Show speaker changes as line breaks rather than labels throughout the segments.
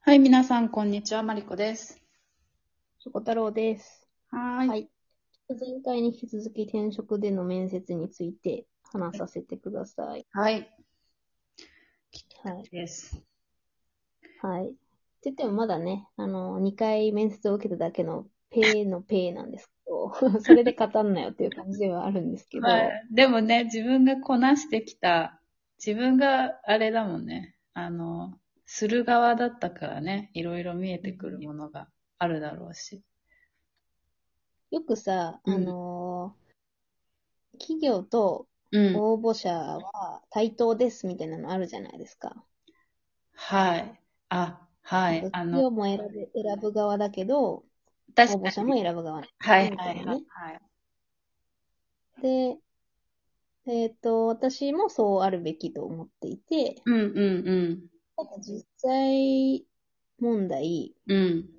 はい、皆さん、こんにちは。マリコです。
しょこたろうです。
はーい。
はい前回に引き続き転職での面接について話させてください。
はい。
はい。
です。
はい。って言ってもまだね、あの、2回面接を受けただけのペーのペーなんですけど、 それで語んなよっていう感じではあるんですけど、
まあ、でもね、自分がこなしてきた、自分があれだもんね。あの、する側だったからね、いろいろ見えてくるものがあるだろうし。
よくさ、あ
うん
の、企業と
うん。
応募者は対等ですみたいなのあるじゃないですか。
はい。あ、はい。あ
企業
の、
も選ぶ選ぶ側だけど、
私
応募者も選ぶ側
はい、
み
は
たい
い、
なね
はい。
で、えっ、と、私もそうあるべきと思っていて、
うん、うん、
ただ実際問題、
うん。うん。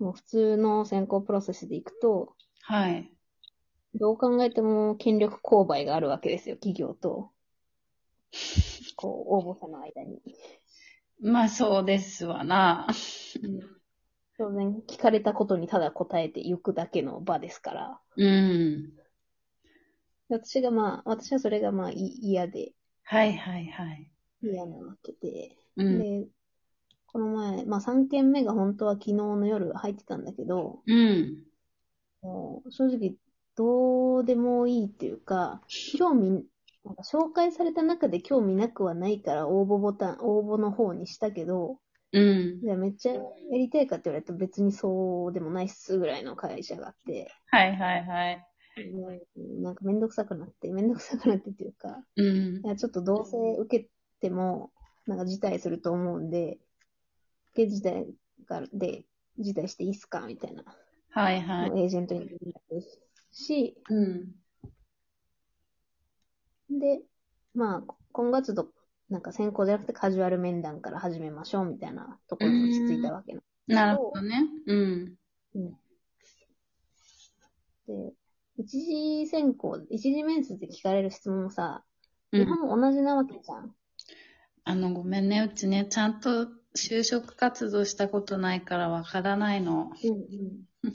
もう普通の選考プロセスでいくと、
はい。
どう考えても権力勾配があるわけですよ、企業と。こう、応募者の間に。
まあ、そうですわな。
当然、聞かれたことにただ答えていくだけの場ですから。
うん。
私がまあ、私はそれがまあ、い嫌で、
はい、はい、はい。
嫌なわけで。
うん。
で、この前、まあ3件目が本当は昨日の夜入ってたんだけど、
うん。
もう正直どうでもいいっていうか、興味、なんか紹介された中で興味なくはないから応募ボタン、応募の方にしたけど、
うん。
いやめっちゃやりたいかって言われると別にそうでもないっすぐらいの会社があって、
はいはいはい。
もうなんかめんどくさくなって、めんどくさくなってっていうか、
うん
い。やちょっとどうせ受けても、なんか辞退すると思うんで、で、辞退があるで、辞退していいっすかみたいな、
はいはい。
エージェントに連絡し、
うん。
で、まあ、こ今月度、なんか先行じゃなくてカジュアル面談から始めましょうみたいなところに落ち着いたわけな
なるほどね。うん。
ので、一次選考、一次面接で聞かれる質問もさ、
う
日
ん。
本も同じなわけじゃん。
あの、ごめんね。うちね、ちゃんと就職活動したことないからわからないの。
うん うん、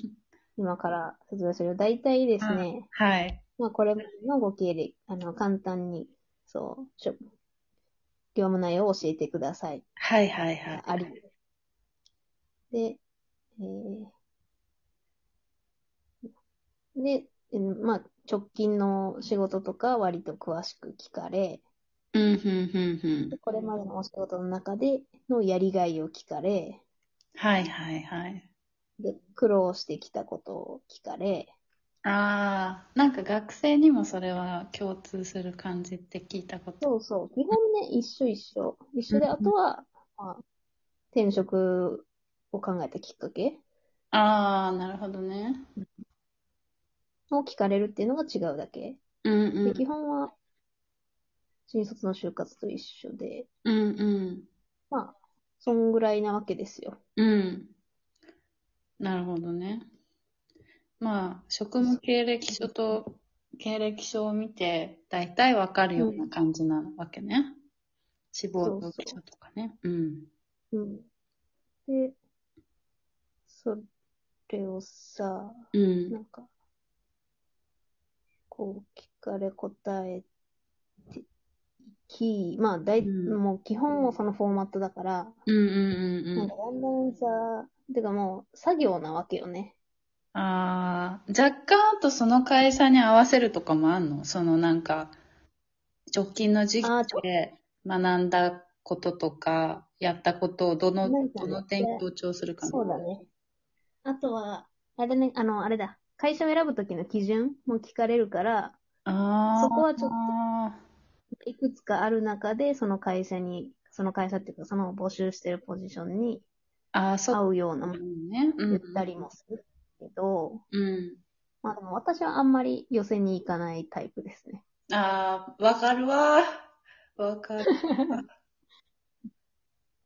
今から説明するよ。大体ですね、
はい。
まあこれのご経歴、あの、簡単に、そう、しょ業務内容を教えてください。
はいはいはい。
あり。で、えーで、えーまあ、直近の仕事とか割と詳しく聞かれ、
うん、うん、うん、うん。
これまでのお仕事の中でのやりがいを聞かれ、
はいはいはい。
で、苦労してきたことを聞かれ、
あー、なんか学生にもそれは共通する感じって聞いたこと。
そうそう、基本ね、一緒一緒。一緒で、
うん
あとは、まあ、転職を考えたきっかけ
あー、なるほどね。
を聞かれるっていうのが違うだけ。
うんう
で、
ん。
基本は、新卒の就活と一緒で、
うんうん。
まあ、そんぐらいなわけですよ。
うん。なるほどね。まあ、職務経歴書と経歴書を見て、だいたいわかるような感じなわけね。志望動機書とかね。うん。
うん。で、それをさ、
うん
な。んか、こう、聞かれ答えてき、まあ、だい、
うん
もう基本はそのフォーマットだから、
うんうんうん
なんかだんだんさ、てかもう、作業なわけよね。
うん。ああ、若干あとその会社に合わせるとかもあんのそのなんか、直近の時期
あーちょ
で学んだこととか、やったことをどの、
なんか
どの点強調するかな。
そうだね。あとは、あれね、あの、あれだ。会社を選ぶときの基準も聞かれるから、
ああ。
そこはちょっと
と。
いくつかある中で、その会社に、その会社っていうか、その募集してるポジションに
ああ、そう
合うような
だ
ものを
ね。うん。
言ったりもするけど、
うん。
まあでも私はあんまり寄せに行かないタイプですね。
ああ、わかるわ。わか るわ。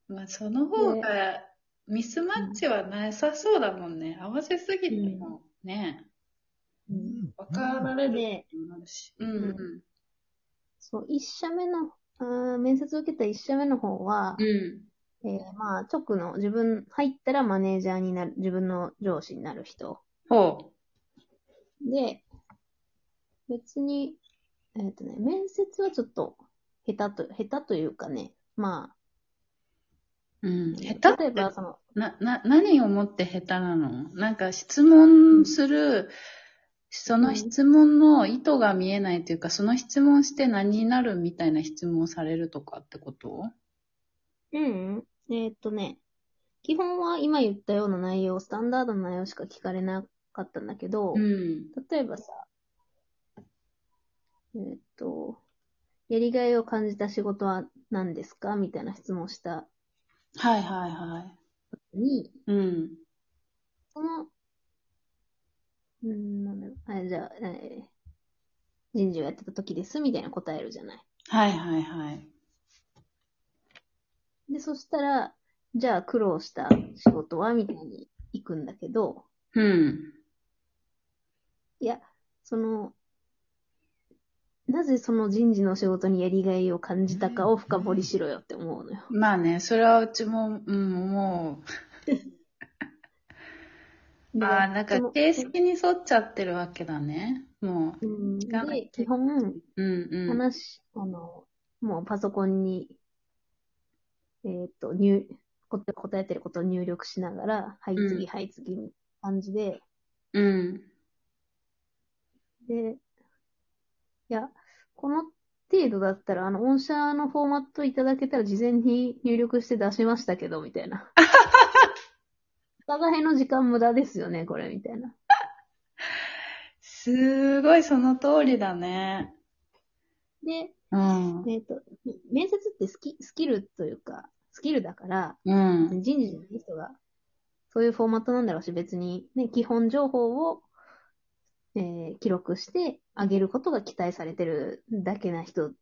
まあ、その方がミスマッチはなさそうだもんね。合わせすぎてもね、わかられる
で、
こともあるし。うんうん。
そう、一社目の、あー面接受けた一社目の方は
う、ん。
えーまあ、直の自分、入ったらマネージャーになる、自分の上司になる人。
ほ
で、別に、えっ、とね、面接はちょっと、下手と、下手というかね、まあ、
う。うん。
例
下手
え
って
ば、その、
な、な、何をもって下手なのなんか質問する、その質問の意図が見えないというか、その質問して何になるみたいな質問をされるとかってこと
うん、えっ、とね、基本は今言ったような内容、スタンダードな内容しか聞かれなかったんだけど、
ん。
例えばさ、えっと、やりがいを感じた仕事は何ですかみたいな質問をした
はいはいはい。
のに、
うん。
その、うん、なんだろう、あじゃあ、えー人事をやってた時です、みたいな答えるじゃない。
はいはいはい。
で、そしたら、じゃあ苦労した仕事はみたいに行くんだけど、
うん。
いや、その、なぜその人事の仕事にやりがいを感じたかを深掘りしろよって思うのよ。
まあね、それはうちも、うん、もう、
で
ああ、なんか
その
形式に沿っちゃってるわけだね。も
うん、で
聞かないと
基本、
う、うんうん。
話、あの、もうパソコンに、えっ、と、入、こ答えてることを入力しながら、はい、
うん
次、はい、次、みたいな感じで、
うん。
で、いや、この程度だったら、あの、御社のフォーマットいただけたら事前に入力して出しましたけど、みた いな。お互いの時間無駄ですよね、これ、みたいな。
すごいその通りだね。
で、
うん。
えっ、と、面接ってスキスキルというか、スキルだから、
うん。
人事じゃない人が、そういうフォーマットなんだろうし、別に、ね、基本情報を、えー記録してあげることが期待されてるだけな人の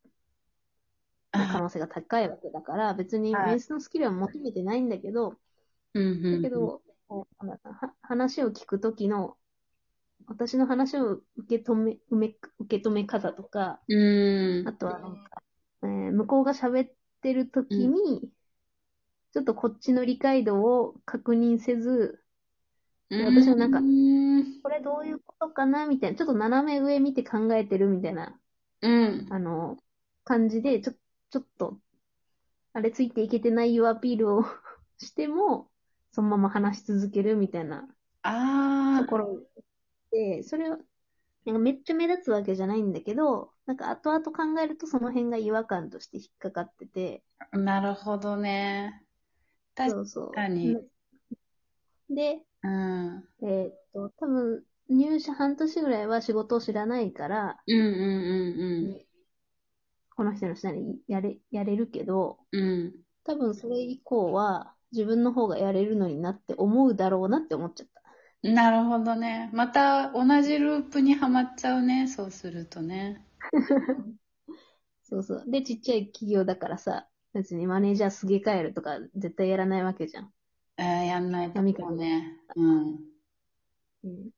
可能性が高いわけだから、別に
はい
面接のスキルは求めてないんだけど、
うんうん
だけど、こうなんだろうなは話を聞くときの、私の話を受け止め、うめ受け止め方とか、
うん。
あとはなんか、えー向こうが喋ってる時に、ちょっとこっちの理解度を確認せず、私はなんか
うん。
これどういうことかなみたいな、ちょっと斜め上見て考えてるみたいな、
うん。
あの、感じで、ちょ、ちょっと、あれついていけてないよアピールを しても、そのまま話し続けるみたいな
あ
ところで、それは、なんかめっちゃ目立つわけじゃないんだけど、なんか後々考えるとその辺が違和感として引っかかってて、
あ、なるほどね。確
そうそう。
かに。
で、
うん。うん
えーっと、多分、入社半年ぐらいは仕事を知らないから、
うんうん
この人の下にやれ、やれるけど、
うん。うん。
多分それ以降は自分の方がやれるのになって思うだろうなって思っちゃった。
なるほどね。また同じループにはまっちゃうね。そうするとね。
そうそう。で、ちっちゃい企業だからさ、別にマネージャーすげ替えるとか絶対やらないわけじゃん。
えーやんないと
闇かも
ね。うん。
うん、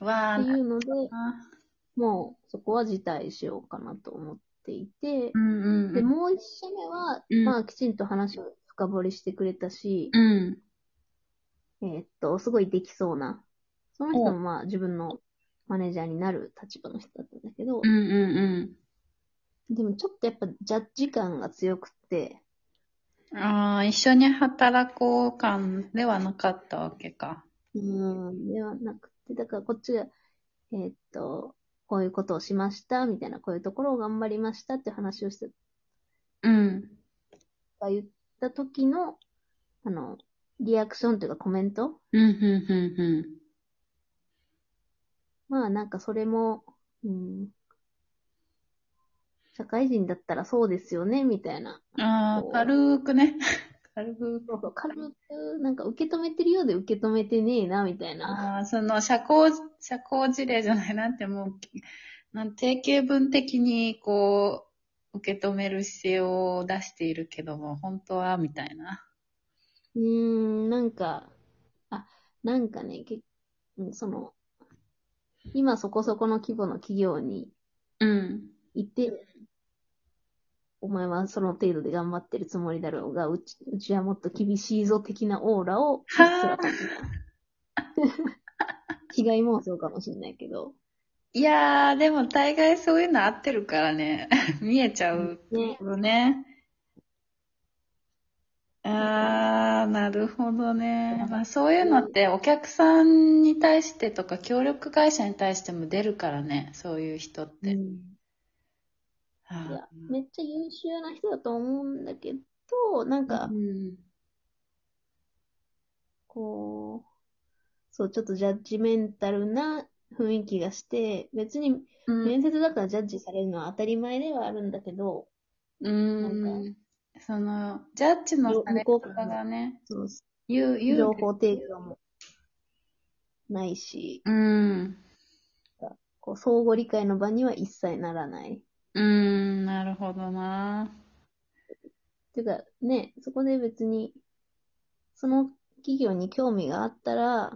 わあ
っていうので、
な
もうそこは辞退しようかなと思っていて
う、んうんう
で、
ん。
もう一社目は、
うん
まあきちんと話を深掘りしてくれたし、
うん。
えーっと、すごいできそうな。その人
お
もまあ自分のマネージャーになる立場の人だったんだけど
う、んうん
でもちょっとやっぱジャッジ感が強くて、
うん。ああ、一緒に働こう感ではなかったわけか。
うーん、ではなくて、だからこっちが、えーっと、こういうことをしました、みたいな、こういうところを頑張りましたって話をして
うん。
言った時の、あの、リアクションというかコメント
うんうんうんうん。
まあなんかそれも、うん、社会人だったらそうですよね、みたいな。
あ
こ
あ、
う
軽くね。軽く。
そうそう軽く、なんか受け止めてるようで受け止めてねえな、みたいな。
ああ、その、社交、社交事例じゃないなって、もう、なん定型文的に、こう、受け止める姿勢を出しているけども、本当は、みたいな。
うーん、なんか、あ、なんかね、けうんその、今そこそこの規模の企業に
うん。
いて、お前はその程度で頑張ってるつもりだろうが、うちうちはもっと厳しいぞ的なオーラを、うっすら感じた。 被害妄想かもしれないけど。
いやー、でも大概そういうの合ってるからね。 見えちゃう
ね。
よね。あー、なるほどね。まあそういうのってお客さんに対してとか協力会社に対しても出るからね。そういう人っ
う
て。
んいや
あ、
めっちゃ優秀な人だと思うんだけど、なん
ー
か
う、ん。
こう、そう、ちょっとジャッジメンタルな雰囲気がして、別に
うん
面接だからジャッジされるのは当たり前ではあるんだけど、
う
なん
ん。その、ジャッジのされ
向こう
方
からの
がね、
その
言う、言う。
情報提供もないし、
うん。
こう相互理解の場には一切ならない。
うーん、なるほどな。
ていうか、ね、そこで別に、その企業に興味があったら、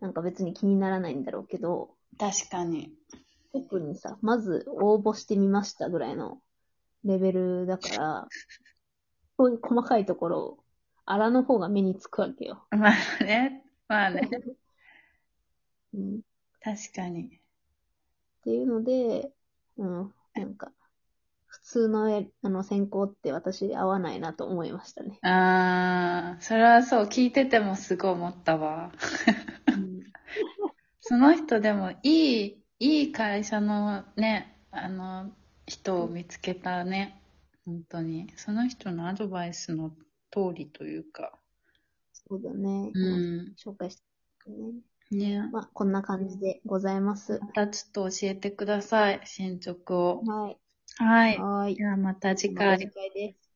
なんか別に気にならないんだろうけど、
確かに。
特にさ、まず応募してみましたぐらいのレベルだから、そういう細かいところ、荒の方が目につくわけよ。
まあね、まあね、
うん、っ
確かに。
ていうので、うん、なんか、普通のえあの選考って私合わないなと思いましたね。
あー、それはそう、聞いててもすごい思ったわ。その人でもいい、いい会社のね、あの、人を見つけたね。本当に。その人のアドバイスの通りというか。
そうだね。
うん。
紹介して、ね。
ね。
まあ、こんな感じでございます。
またちょっと教えてください、進捗を。
はい。
はい。
はい。
ではまた次
また
回
次。回です。